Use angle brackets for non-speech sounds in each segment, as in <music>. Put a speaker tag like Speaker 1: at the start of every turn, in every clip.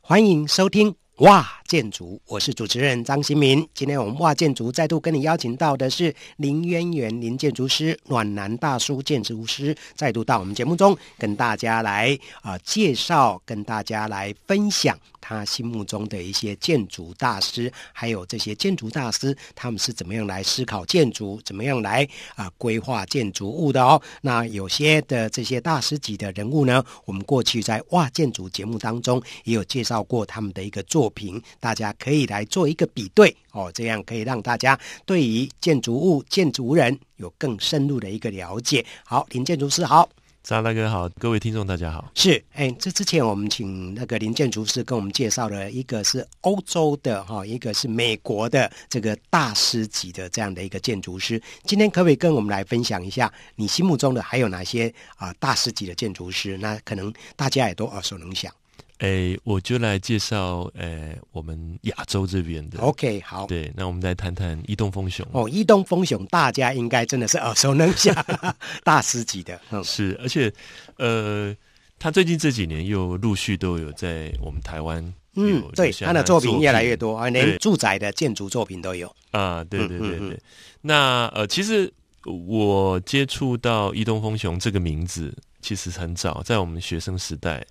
Speaker 1: 欢迎收听哇建筑，我是主持人张新民。今天我们哇建筑再度跟你邀请到的是林渊源林建筑师、暖男大叔建筑师，再度到我们节目中跟大家来啊、介绍，跟大家来分享他心目中的一些建筑大师，还有这些建筑大师他们是怎么样来思考建筑，怎么样来啊、规划建筑物的哦。那有些的这些大师级的人物呢，我们过去在哇建筑节目当中也有介绍过他们的一个作品，大家可以来做一个比对哦，这样可以让大家对于建筑物、建筑人有更深入的一个了解。好，林建筑师好。
Speaker 2: 张大哥好，各位听众大家好。
Speaker 1: 是，哎，这之前我们请那个林建筑师跟我们介绍了一个是欧洲的哈，一个是美国的这个大师级的这样的一个建筑师。今天可不可以跟我们来分享一下你心目中的还有哪些啊、大师级的建筑师？那可能大家也都耳熟能详。
Speaker 2: 诶，我就来介绍诶我们亚洲这边的。
Speaker 1: OK，好。
Speaker 2: 对，那我们来谈谈伊东风雄。
Speaker 1: 哦，伊东风雄，大家应该真的是耳熟能详， <laughs> 大师级的。嗯，
Speaker 2: 是，而且呃，他最近这几年又陆续都有在我们台湾有留下。
Speaker 1: 嗯，对，他的作品越来越多啊，连
Speaker 2: 对
Speaker 1: 住宅的建筑作品都有。
Speaker 2: 啊，对对
Speaker 1: 嗯
Speaker 2: 对
Speaker 1: 嗯
Speaker 2: 对。
Speaker 1: 嗯
Speaker 2: 那呃，其实我接触到伊东风雄这个名字其实很早，在我们学生时代，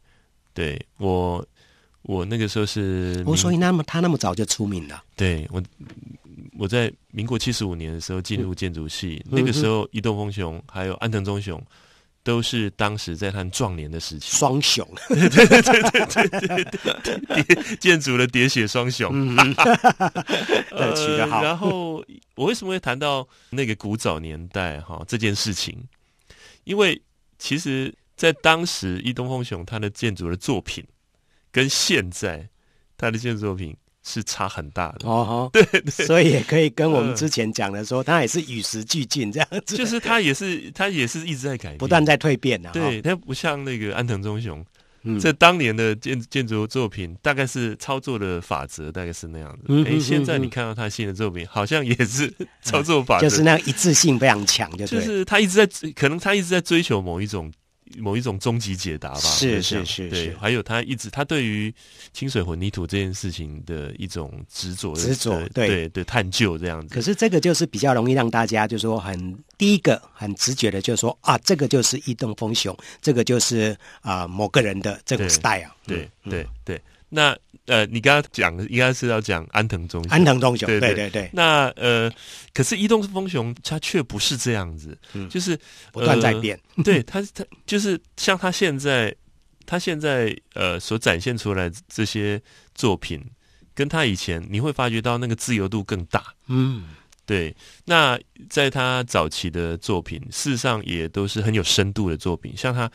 Speaker 2: 对我我那个时候是
Speaker 1: 我、
Speaker 2: 民
Speaker 1: 所以那么他那么早就出名了。
Speaker 2: 对我，我在民国七十五年的时候进入建筑系，
Speaker 1: 嗯
Speaker 2: 那个时候伊东丰雄还有安藤忠雄都是当时在他们壮年的时期，
Speaker 1: 双雄，
Speaker 2: <laughs> 建筑的喋血双雄。
Speaker 1: 嗯，
Speaker 2: 呃
Speaker 1: 取得好
Speaker 2: 然后我为什么会谈到那个古早年代哈这件事情？因为其实，在当时伊东丰雄他的建筑的作品跟现在他的建筑作品是差很大的。
Speaker 1: 哦
Speaker 2: <laughs>
Speaker 1: 吼，对所以也可以跟我们之前讲的说，它也是与时俱进这样子，
Speaker 2: 就是他也是，他也是一直在改变，
Speaker 1: 不断在蜕变啊。
Speaker 2: 嗯对，它不像那个安藤忠雄，
Speaker 1: 嗯
Speaker 2: 在当年的建建筑作品，大概是操作的法则大概是那样子。哎、
Speaker 1: 嗯嗯
Speaker 2: 现在
Speaker 1: 嗯
Speaker 2: 你看到他新的作品，好像也
Speaker 1: <laughs>
Speaker 2: 是操作法
Speaker 1: 哦，
Speaker 2: 则，
Speaker 1: 就是那样一致性非常强，就
Speaker 2: 就
Speaker 1: 对。
Speaker 2: 是他一直在，可能他一直在追求某一种某一种终极解答吧。
Speaker 1: 是
Speaker 2: 我在想
Speaker 1: 是是
Speaker 2: 对
Speaker 1: 是
Speaker 2: 还有他一直他对于清水混凝土这件事情的一种执着的，
Speaker 1: 执着
Speaker 2: 的
Speaker 1: 对
Speaker 2: 对的探究这样子。
Speaker 1: 可是这个就是比较容易让大家就说很第一个很直觉的就说啊，这个就是异动风雄，这个就是啊、某个人的这种
Speaker 2: 对
Speaker 1: style 嗯。
Speaker 2: 对
Speaker 1: 嗯
Speaker 2: 对对，那呃，你刚刚讲的应该是要讲安藤忠雄。
Speaker 1: 安藤忠雄，
Speaker 2: 对
Speaker 1: 对对
Speaker 2: 对
Speaker 1: 对，
Speaker 2: 那呃，可是移动风雄它却不是这样子，
Speaker 1: 嗯
Speaker 2: 就是
Speaker 1: 不断在变。
Speaker 2: 呃对它它就是像它现在它现在呃所展现出来这些作品，跟它以前你会发觉到那个自由度更大。
Speaker 1: 嗯，
Speaker 2: 对，那在他早期的作品，事实上也都是很有深度的作品。像他，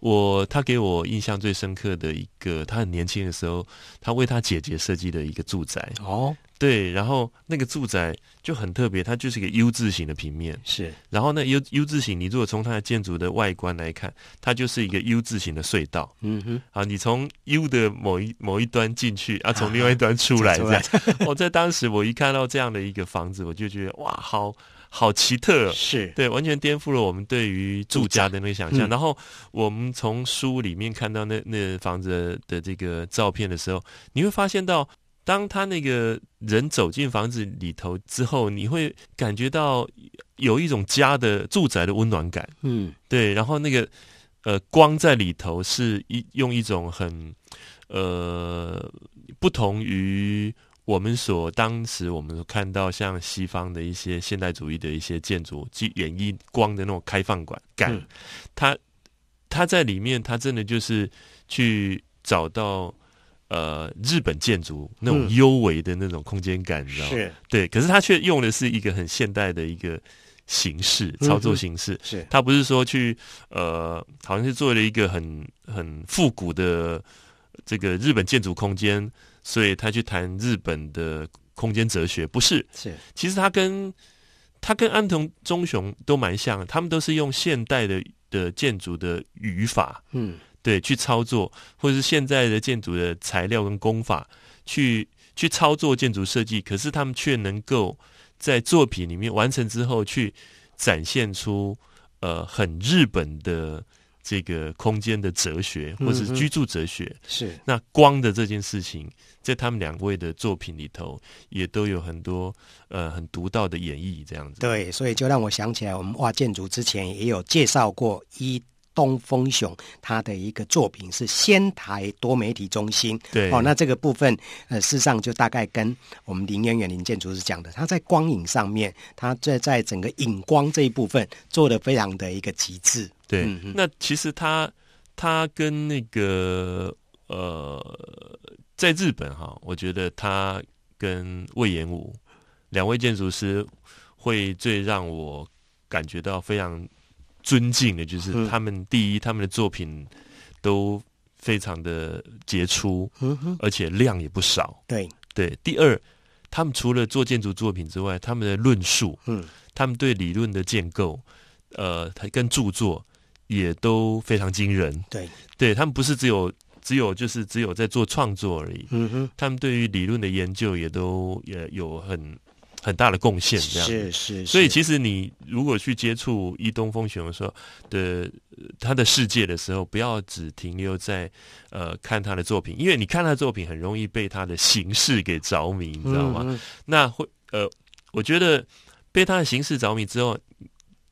Speaker 2: 我他给我印象最深刻的一个，他很年轻的时候，他为他姐姐设计的一个住宅，
Speaker 1: 哦，
Speaker 2: 对，然后那个住宅就很特别，它就是一个 U 字形的平面。
Speaker 1: 是
Speaker 2: 然后那 U U 字形，你如果从它的建筑的外观来看，它就是一个 U 字形的隧道。
Speaker 1: 嗯哼，
Speaker 2: 啊，你从 U 的某一某一端进去，啊，从另外一
Speaker 1: <laughs>
Speaker 2: 端出来，
Speaker 1: 出
Speaker 2: 这
Speaker 1: 来
Speaker 2: 样。 <laughs> 我、在当时我一看到这样的一个房子，我就觉得哇，好好奇特、哦。
Speaker 1: 是
Speaker 2: 对，完全颠覆了我们对于住家的那个想象。
Speaker 1: 嗯
Speaker 2: 然后我们从书里面看到那那房子的这个照片的时候，你会发现到，当他那个人走进房子里头之后，你会感觉到有一种家的住宅的温暖感。
Speaker 1: 嗯，
Speaker 2: 对，然后那个呃光在里头是一用一种很呃不同于我们所当时我们所看到像西方的一些现代主义的一些建筑，即演绎光的那种开放感感，
Speaker 1: 嗯
Speaker 2: 它它在里面，它真的就是去找到。呃，日本建筑那种
Speaker 1: 嗯
Speaker 2: 幽微的那种空间感，你知道吗？
Speaker 1: 是
Speaker 2: 对，可是它却用的是一个很现代的一个形式，
Speaker 1: 嗯
Speaker 2: 操作
Speaker 1: 嗯
Speaker 2: 形式。
Speaker 1: 是，
Speaker 2: 他不是说去呃，好像是做了一个很很复古的这个日本建筑空间，所以他去谈日本的空间哲学，不是？
Speaker 1: 是
Speaker 2: 其实他跟他跟安藤忠雄都蛮像的，他们都是用现代的的建筑的语法
Speaker 1: 嗯
Speaker 2: 对去操作，或者是现在的建筑的材料跟工法去去操作建筑设计，可是他们却能够在作品里面完成之后去展现出呃很日本的这个空间的哲学，或是
Speaker 1: 嗯哼
Speaker 2: 居住哲学。
Speaker 1: 是
Speaker 2: 那光的这件事情，在他们两位的作品里头，也都有很多呃很独到的演绎，这样子。
Speaker 1: 对，所以就让我想起来，我们哇建筑之前也有介绍过伊东风雄他的一个作品是仙台多媒体中心，
Speaker 2: 对，
Speaker 1: 哦，那这个部分，呃，事实上就大概跟我们林渊远林建筑师讲的，他在光影上面，他在在整个影光这一部分做的非常的一个极致。
Speaker 2: 对，
Speaker 1: 嗯嗯
Speaker 2: 那其实他他跟那个呃，在日本哈，我觉得他跟魏延武两位建筑师会最让我感觉到非常尊敬的，就是
Speaker 1: 嗯
Speaker 2: 他们第一，他们的作品都非常的杰出，
Speaker 1: 嗯哼，
Speaker 2: 而且量也不少。
Speaker 1: 对，
Speaker 2: 对，第二，他们除了做建筑作品之外，他们的论述，
Speaker 1: 嗯，
Speaker 2: 他们对理论的建构，呃，他跟著作也都非常惊人。
Speaker 1: 对，
Speaker 2: 对他们不是只有只有就是只有在做创作而已，
Speaker 1: 嗯哼，
Speaker 2: 他们对于理论的研究也都也有很很大的贡献。这样子
Speaker 1: 是是，
Speaker 2: 所以
Speaker 1: 实
Speaker 2: 其实你如果去接触伊东风雄的时候的呃他的世界的时候，不要只停留在呃看他的作品，因为你看他的作品很容易被他的形式给着迷，你知道
Speaker 1: 嗯
Speaker 2: 吗？？那会呃，我觉得被他的形式着迷之后，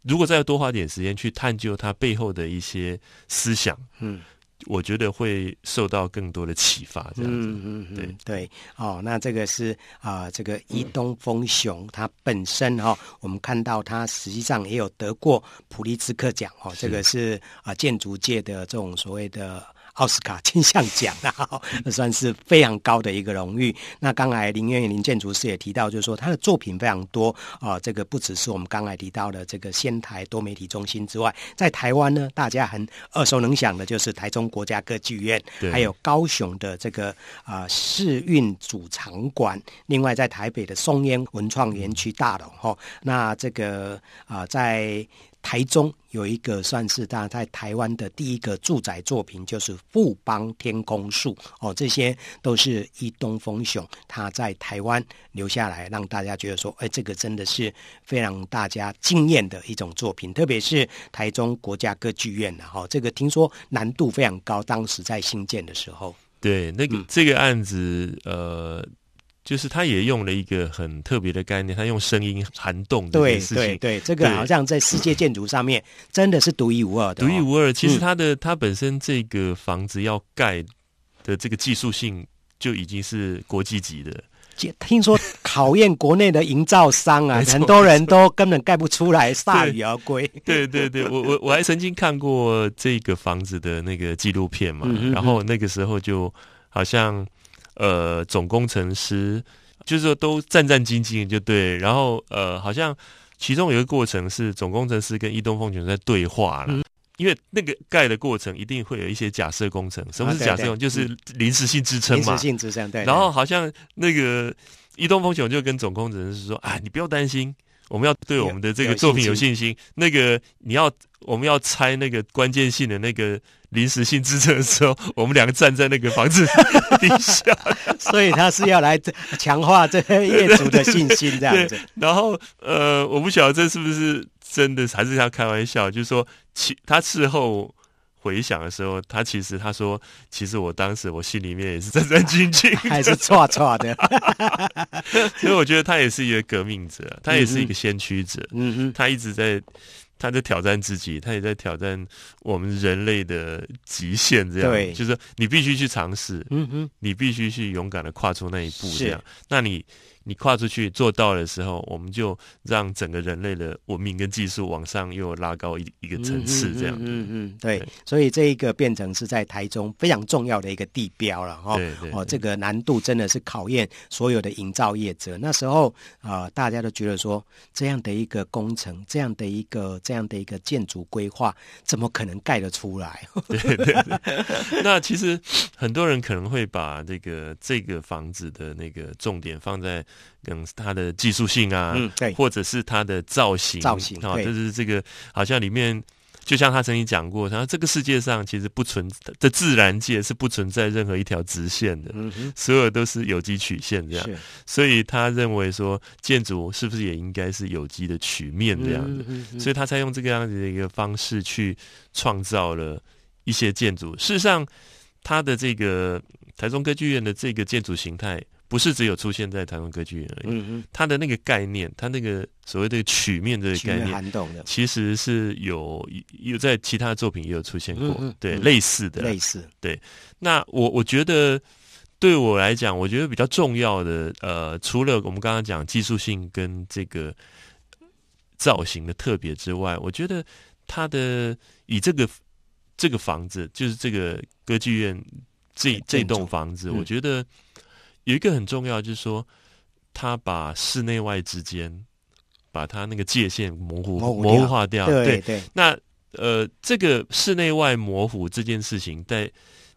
Speaker 2: 如果再多花点时间去探究他背后的一些思想，
Speaker 1: 嗯
Speaker 2: 我觉得会受到更多的启发。这样子，
Speaker 1: 嗯嗯，
Speaker 2: 对
Speaker 1: 嗯对，哦，那这个是啊、这个伊东丰雄他本身哈、哦，我们看到他实际上也有得过普利兹克奖哦，这个是啊、建筑界的这种所谓的。奥斯卡金像奖啊，哦那算是非常高的一个荣誉。那刚才林渊林建筑师也提到，就是说他的作品非常多啊、这个不只是我们刚才提到的这个仙台多媒体中心之外，在台湾呢，大家很耳熟能详的就是台中国家歌剧院，
Speaker 2: 对
Speaker 1: 还有高雄的这个啊、呃市运主场馆，另外在台北的松烟文创园区大楼哈、那这个啊、呃在台中有一个算是大在台湾的第一个住宅作品，就是富邦天空树哦，这些都是伊东丰雄他在台湾留下来，让大家觉得说，哎，这个真的是非常大家惊艳的一种作品，特别是台中国家歌剧院然后、哦、这个听说难度非常高，当时在新建的时候，
Speaker 2: 对，那个、
Speaker 1: 嗯
Speaker 2: 这个案子，呃。就是他也用了一个很特别的概念，他用声音涵动这
Speaker 1: 对
Speaker 2: 件事
Speaker 1: 对
Speaker 2: 情，
Speaker 1: 对，这个
Speaker 2: 对
Speaker 1: 好像在世界建筑上面真的是独一无二的、
Speaker 2: 独一
Speaker 1: 哦。
Speaker 2: 无二。其实它的、它本身这个房子要盖的这个技术性就已经是国际级的，
Speaker 1: 听说考验国内的营造商啊
Speaker 2: <laughs> 没，错
Speaker 1: 很多人都根本盖不出来，铩羽而归。 <laughs>
Speaker 2: 对对对，我我我还曾经看过这个房子的那个纪录片嘛，
Speaker 1: 嗯哼
Speaker 2: 然后那个时候就好像呃总工程师就是说都战战兢兢的就对，然后呃好像其中有一个过程是总工程师跟伊东凤泉在对话
Speaker 1: 嗯
Speaker 2: 了。因为那个盖的过程一定会有一些假设工程，什么
Speaker 1: 啊
Speaker 2: 是
Speaker 1: 对
Speaker 2: 假设工
Speaker 1: 对
Speaker 2: 程？就是临时性支撑
Speaker 1: 临
Speaker 2: 嘛
Speaker 1: 时。性质上对。
Speaker 2: 然后好像那个伊东丰雄就跟总工程师说：“啊，你不要担心，我们要对我们的这个
Speaker 1: 有
Speaker 2: 作品有信心。那个你要，我们要拆那个关键性的那个临时性支撑的时候， <laughs> 我们两个站在那个房子 <laughs> 底下。 <laughs>
Speaker 1: 对，所以他是要来强化这个业主的信心，这样子。
Speaker 2: 然后呃，我不晓得这是不是真的，还是他开玩笑，就是说其他事后。”回想的时候，他其实他说，其实我当时我心里面也是战战兢兢
Speaker 1: <laughs>
Speaker 2: 的，<laughs>
Speaker 1: 还是错错的，
Speaker 2: 所以我觉得他也是一个革命者，他也是一
Speaker 1: 嗯
Speaker 2: 个先驱者。
Speaker 1: 嗯
Speaker 2: 他一直在，他在挑战自己，他也在挑战我们人类的极限。这样，
Speaker 1: 对
Speaker 2: 就是说你必须去尝试，
Speaker 1: 哼，嗯哼，
Speaker 2: 你必须去勇敢的跨出那一步。
Speaker 1: 是
Speaker 2: 这样，那你你跨出去做到的时候，我们就让整个人类的文明跟技术往上又拉高一一个层次。这样，
Speaker 1: 嗯嗯，对
Speaker 2: 对，
Speaker 1: 所以这一个变成是在台中非常重要的一个地标了哈。
Speaker 2: 对对
Speaker 1: 哦，这个难度真的是考验所有的营造业者。那时候啊、呃大家都觉得说，这样的一个工程，这样的一个这样的一个建筑规划，怎么可能盖得出来？
Speaker 2: 对对对。那其实很多人可能会把这个这个房子的那个重点放在嗯它的技术性啊，
Speaker 1: <laughs> 嗯，对，
Speaker 2: 或者是它的造型，
Speaker 1: 造型
Speaker 2: 啊，
Speaker 1: 对
Speaker 2: 就是这个好像里面就像他曾经讲过，他说这个世界上其实不存这自然界是不存在任何一条直线的，
Speaker 1: 嗯哼，
Speaker 2: 所有都是有机曲线这样。
Speaker 1: 是
Speaker 2: 所以他认为说，建筑是不是也应该是有机的曲面这样子？
Speaker 1: 子以
Speaker 2: 所以他才用这个样子的一个方式去创造了一些建筑。事实上，他的这个台中歌剧院的这个建筑形态，不是只有出现在台中歌剧院而已。
Speaker 1: 嗯
Speaker 2: 它的那个概念，它那个所谓的曲面这
Speaker 1: 哼，
Speaker 2: 个
Speaker 1: 曲
Speaker 2: 概
Speaker 1: 面
Speaker 2: 念，
Speaker 1: 涵懂的，
Speaker 2: 其实是有有在其他作品也有出现过，
Speaker 1: 嗯嗯
Speaker 2: 对啊
Speaker 1: 嗯
Speaker 2: 类似的啦。
Speaker 1: 类似，
Speaker 2: 那我我觉得对我来讲，我觉得比较重要的，呃，除了我们刚刚讲技术性跟这个造型的特别之外，我觉得它的以这个这个房子，就是这个歌剧院这
Speaker 1: 建
Speaker 2: 这
Speaker 1: 筑
Speaker 2: 栋房子，
Speaker 1: 嗯
Speaker 2: 我觉得有一个很重要，就是说它把室内外之间把它那个界限模糊
Speaker 1: 模糊掉
Speaker 2: 模糊化掉，
Speaker 1: 对对，
Speaker 2: 那呃，这个室内外模糊这件事情在，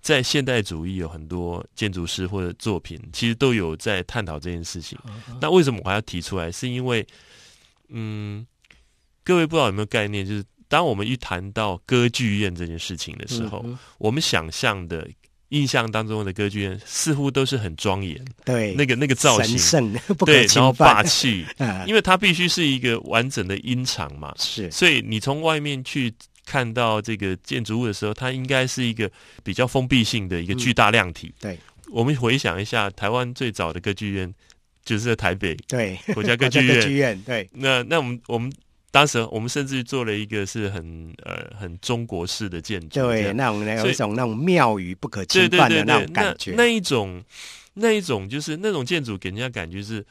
Speaker 2: 在现代主义有很多建筑师或者作品，其实都有在探讨这件事情。
Speaker 1: 嗯
Speaker 2: 那为什么我还要提出来？是因为，嗯，各位不知道有没有概念，就是当我们一谈到歌剧院这件事情的时候，
Speaker 1: 嗯哼
Speaker 2: 我们想象的、印象当中的歌剧院似乎都是很庄严，
Speaker 1: 对
Speaker 2: 那个那个造
Speaker 1: 神
Speaker 2: 型，
Speaker 1: 圣 <laughs> 不可
Speaker 2: 对，然后
Speaker 1: 侵
Speaker 2: 霸
Speaker 1: 犯， <laughs>
Speaker 2: 气，
Speaker 1: 啊，
Speaker 2: 因为它必须是一个完整的音场嘛。
Speaker 1: 是
Speaker 2: 所以你从外面去看到这个建筑物的时候，它应该是一个比较封闭性的一个巨大量体。
Speaker 1: 嗯对，
Speaker 2: 我们回想一下，台湾最早的歌剧院就是在台北
Speaker 1: 对，
Speaker 2: 国家歌
Speaker 1: 国家
Speaker 2: 剧
Speaker 1: 歌剧
Speaker 2: 院。
Speaker 1: 院 <laughs> 对，
Speaker 2: 那那我们我们当时我们甚至做了一个是很呃很中国式的建筑，这
Speaker 1: 对，
Speaker 2: 样
Speaker 1: 那种呢有
Speaker 2: 所以
Speaker 1: 一种那种庙宇不可
Speaker 2: 对
Speaker 1: 侵
Speaker 2: 对
Speaker 1: 犯
Speaker 2: 对
Speaker 1: 的那
Speaker 2: 对
Speaker 1: 种，
Speaker 2: 那
Speaker 1: 感觉，
Speaker 2: 那一种那一种就是那种建筑给人家感觉是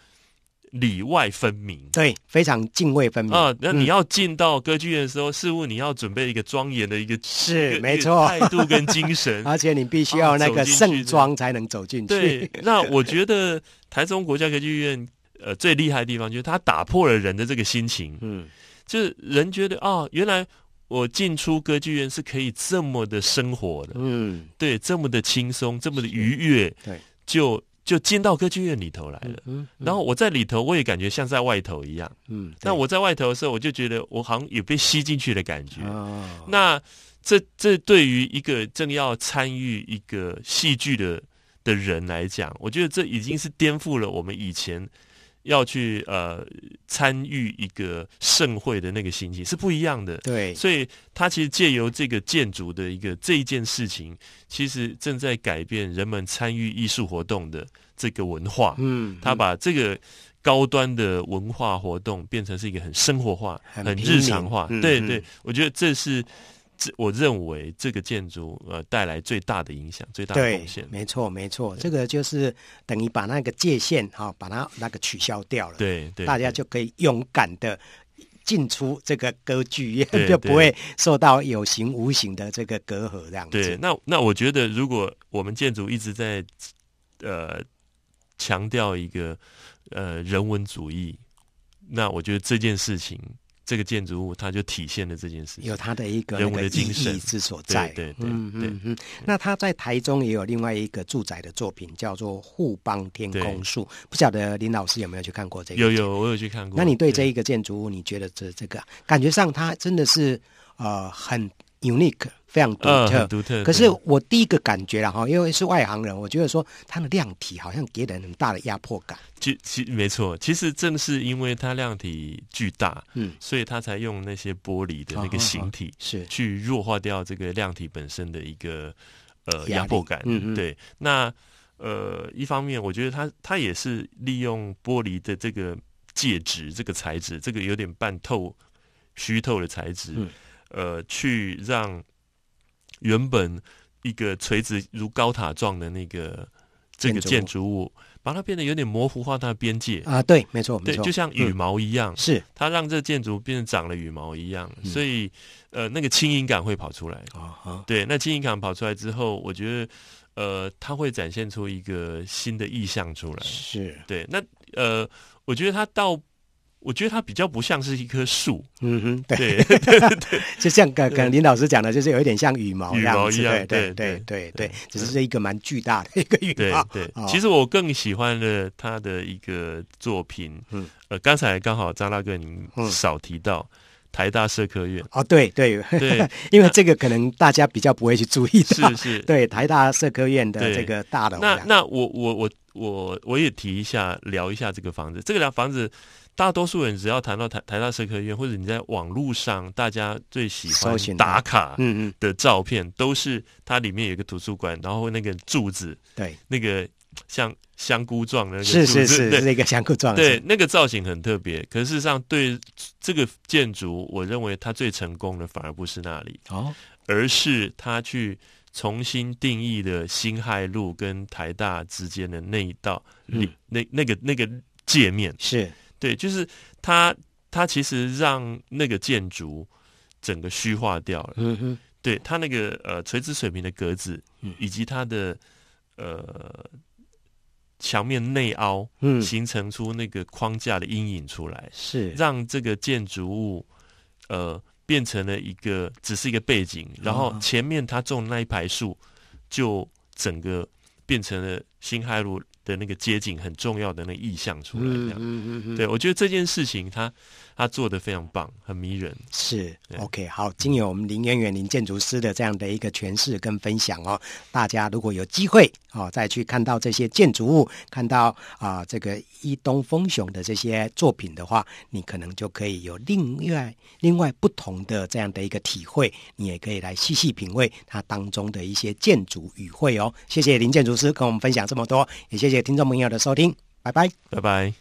Speaker 2: 里外分明。
Speaker 1: 对，非常泾渭分明
Speaker 2: 啊，那你
Speaker 1: 嗯
Speaker 2: 要进到歌剧院的时候，似乎你要准备一个庄严的一个
Speaker 1: 是
Speaker 2: 一个
Speaker 1: 没错
Speaker 2: 一个态度跟精
Speaker 1: <laughs>
Speaker 2: 神。
Speaker 1: 而且你必须要那
Speaker 2: 啊走
Speaker 1: 个
Speaker 2: 进去
Speaker 1: 盛装才能走进去，
Speaker 2: 对，那我觉得台中国家歌剧院呃最厉害的地方就是它打破了人的这个心情，
Speaker 1: <laughs> 嗯，
Speaker 2: 就是人觉得啊、原来我进出歌剧院是可以这么的生活的，
Speaker 1: 嗯
Speaker 2: 对，这么的轻松，这么的愉悦，
Speaker 1: 对，
Speaker 2: 就就进到歌剧院里头来了。
Speaker 1: 嗯，
Speaker 2: 然后我在里头，我也感觉像在外头一样。
Speaker 1: 嗯，
Speaker 2: 那
Speaker 1: 对
Speaker 2: 我在外头的时候，我就觉得我好像有被吸进去的感觉。
Speaker 1: 哦，
Speaker 2: 那这这对于一个正要参与一个戏剧的的人来讲，我觉得这已经是颠覆了我们以前要去呃参与一个盛会的那个心情是不一样的。
Speaker 1: 对，
Speaker 2: 所以，它其实借由这个建筑的一个这一件事情，其实正在改变人们参与艺术活动的这个文化。
Speaker 1: 嗯，
Speaker 2: 他把这个高端的文化活动变成是一个很生活化、
Speaker 1: 很
Speaker 2: 很
Speaker 1: 平民
Speaker 2: 日常化。
Speaker 1: 嗯
Speaker 2: 对
Speaker 1: 嗯
Speaker 2: 对，我觉得这是这我认为这个建筑呃带来最大的影响、最大的
Speaker 1: 对
Speaker 2: 贡献，。
Speaker 1: 没错没错，这个就是等于把那个界限哈、把它那个取消掉了，
Speaker 2: 对对，
Speaker 1: 大家就可以勇敢的。进出这个歌剧院 <laughs>
Speaker 2: 对
Speaker 1: 就不
Speaker 2: 对
Speaker 1: 会受到有形无形的这个隔阂，这样子。
Speaker 2: 对。那那我觉得，如果我们建筑一直在呃强调一个呃人文主义，那我觉得这件事情，这个建筑物它就体现了这件事情
Speaker 1: 有。它的一个那
Speaker 2: 人文
Speaker 1: 个
Speaker 2: 的
Speaker 1: 意
Speaker 2: 精神
Speaker 1: 义之所在。
Speaker 2: 对对
Speaker 1: 嗯
Speaker 2: 对
Speaker 1: 嗯嗯。那他在台中也有另外一个住宅的作品，叫做《互邦天空树》，不晓得林老师有没有去看过这个？
Speaker 2: 有。有，我有去看过。
Speaker 1: 那你对这一个建筑物，你觉得这这个感觉上它真的是呃很 unique，非常独
Speaker 2: 呃
Speaker 1: 特。
Speaker 2: 很独特，
Speaker 1: 可
Speaker 2: 对
Speaker 1: 是我第一个感觉了哈，因为是外行人，我觉得说它的量体好像给人很大的压迫感。
Speaker 2: 其其没错，其实正是因为它量体巨大，
Speaker 1: 嗯，
Speaker 2: 所以它才用那些玻璃的那个形体
Speaker 1: 是
Speaker 2: 去弱化掉这个量体本身的一个呃
Speaker 1: 压力
Speaker 2: 压迫感。
Speaker 1: 嗯嗯
Speaker 2: 对，那呃，一方面我觉得它它也是利用玻璃的这个介质、这个材质，这个有点半透虚透的材质，
Speaker 1: 嗯
Speaker 2: 呃，去让原本一个垂直如高塔状的那个这个
Speaker 1: 建
Speaker 2: 建
Speaker 1: 筑
Speaker 2: 筑物，把它变得有点模糊化它的边界。
Speaker 1: 啊、对，没错，没
Speaker 2: 对，
Speaker 1: 错，嗯
Speaker 2: 就像羽毛一样，
Speaker 1: 是
Speaker 2: 它让这建筑变成长了羽毛一
Speaker 1: 嗯
Speaker 2: 样，所以呃，那个轻盈感会跑出来。
Speaker 1: 啊哈，
Speaker 2: 对，那轻盈感跑出来之后，我觉得呃，它会展现出一个新的意象出来。
Speaker 1: 是
Speaker 2: 对，那呃，我觉得它到，我觉得它比较不像是一棵
Speaker 1: <laughs>
Speaker 2: 树，
Speaker 1: 嗯哼，对。
Speaker 2: 对，
Speaker 1: 就像可可能林老师讲的，就是有一点像羽毛
Speaker 2: 羽毛
Speaker 1: 子
Speaker 2: 一样
Speaker 1: 对
Speaker 2: 对
Speaker 1: 对
Speaker 2: 对
Speaker 1: 对
Speaker 2: 对
Speaker 1: 对，只是是一个蛮巨大的一个羽
Speaker 2: 对
Speaker 1: 毛。
Speaker 2: 对
Speaker 1: 哦，
Speaker 2: 其实我更喜欢了他的一个作品，
Speaker 1: 嗯
Speaker 2: 呃，刚才刚好张大哥您
Speaker 1: 嗯。
Speaker 2: 少提到，台大社科院
Speaker 1: <laughs> 哦，对对，
Speaker 2: 对，
Speaker 1: <laughs> 因为这个可能大家比较不会去注意到
Speaker 2: 是，是。
Speaker 1: <laughs> 对台大社科院的
Speaker 2: 对
Speaker 1: 这个大楼
Speaker 2: 那
Speaker 1: 啊，
Speaker 2: 那我我我我我也提一下，聊一下这个房子。这个房子，大多数人只要谈到台台大社科院，或者你在网络上大家最喜
Speaker 1: 搜寻
Speaker 2: 欢
Speaker 1: 到
Speaker 2: 打卡
Speaker 1: 嗯嗯，
Speaker 2: 的照片，都是它里面有一个图书馆，然后那个柱子，
Speaker 1: 对，
Speaker 2: 那个像香菇状的那个柱
Speaker 1: 是是
Speaker 2: 子，
Speaker 1: 是
Speaker 2: 对
Speaker 1: 是一个相互撞的，
Speaker 2: 对，那个造型很特别。可是事实上，对这个建筑，我认为它最成功的反而不是那里，
Speaker 1: 哦，
Speaker 2: 而是它去重新定义了新海路跟台大之间的那一道里、
Speaker 1: 嗯
Speaker 2: 那那个那个界面。
Speaker 1: 是
Speaker 2: 对，就是它它其实让那个建筑整个虚化掉了。
Speaker 1: 嗯哼，
Speaker 2: 对它那个呃垂直水平的格子
Speaker 1: 嗯，
Speaker 2: 以及它的呃墙面内凹，
Speaker 1: 嗯
Speaker 2: 形成出那个框架的阴影出来，
Speaker 1: 是，
Speaker 2: 让这个建筑物呃变成了一个只是一个背景，
Speaker 1: 嗯
Speaker 2: 然后前面它种的那一排树就整个变成了新海路的那个街景很重要的那个意象出来。这
Speaker 1: 嗯
Speaker 2: 样，
Speaker 1: 嗯嗯，
Speaker 2: 对我觉得这件事情它它做的非常棒，很迷人。
Speaker 1: 是
Speaker 2: 对
Speaker 1: OK，好，经由我们林渊远林建筑师的这样的一个诠释跟分享哦，大家如果有机会哦，再去看到这些建筑物，看到啊、这个伊东丰雄的这些作品的话，你可能就可以有另外另外不同的这样的一个体会，你也可以来细细品味它当中的一些建筑语汇哦。谢谢林建筑师跟我们分享这么多，也谢谢听众朋友的收听，拜拜。
Speaker 2: 拜拜。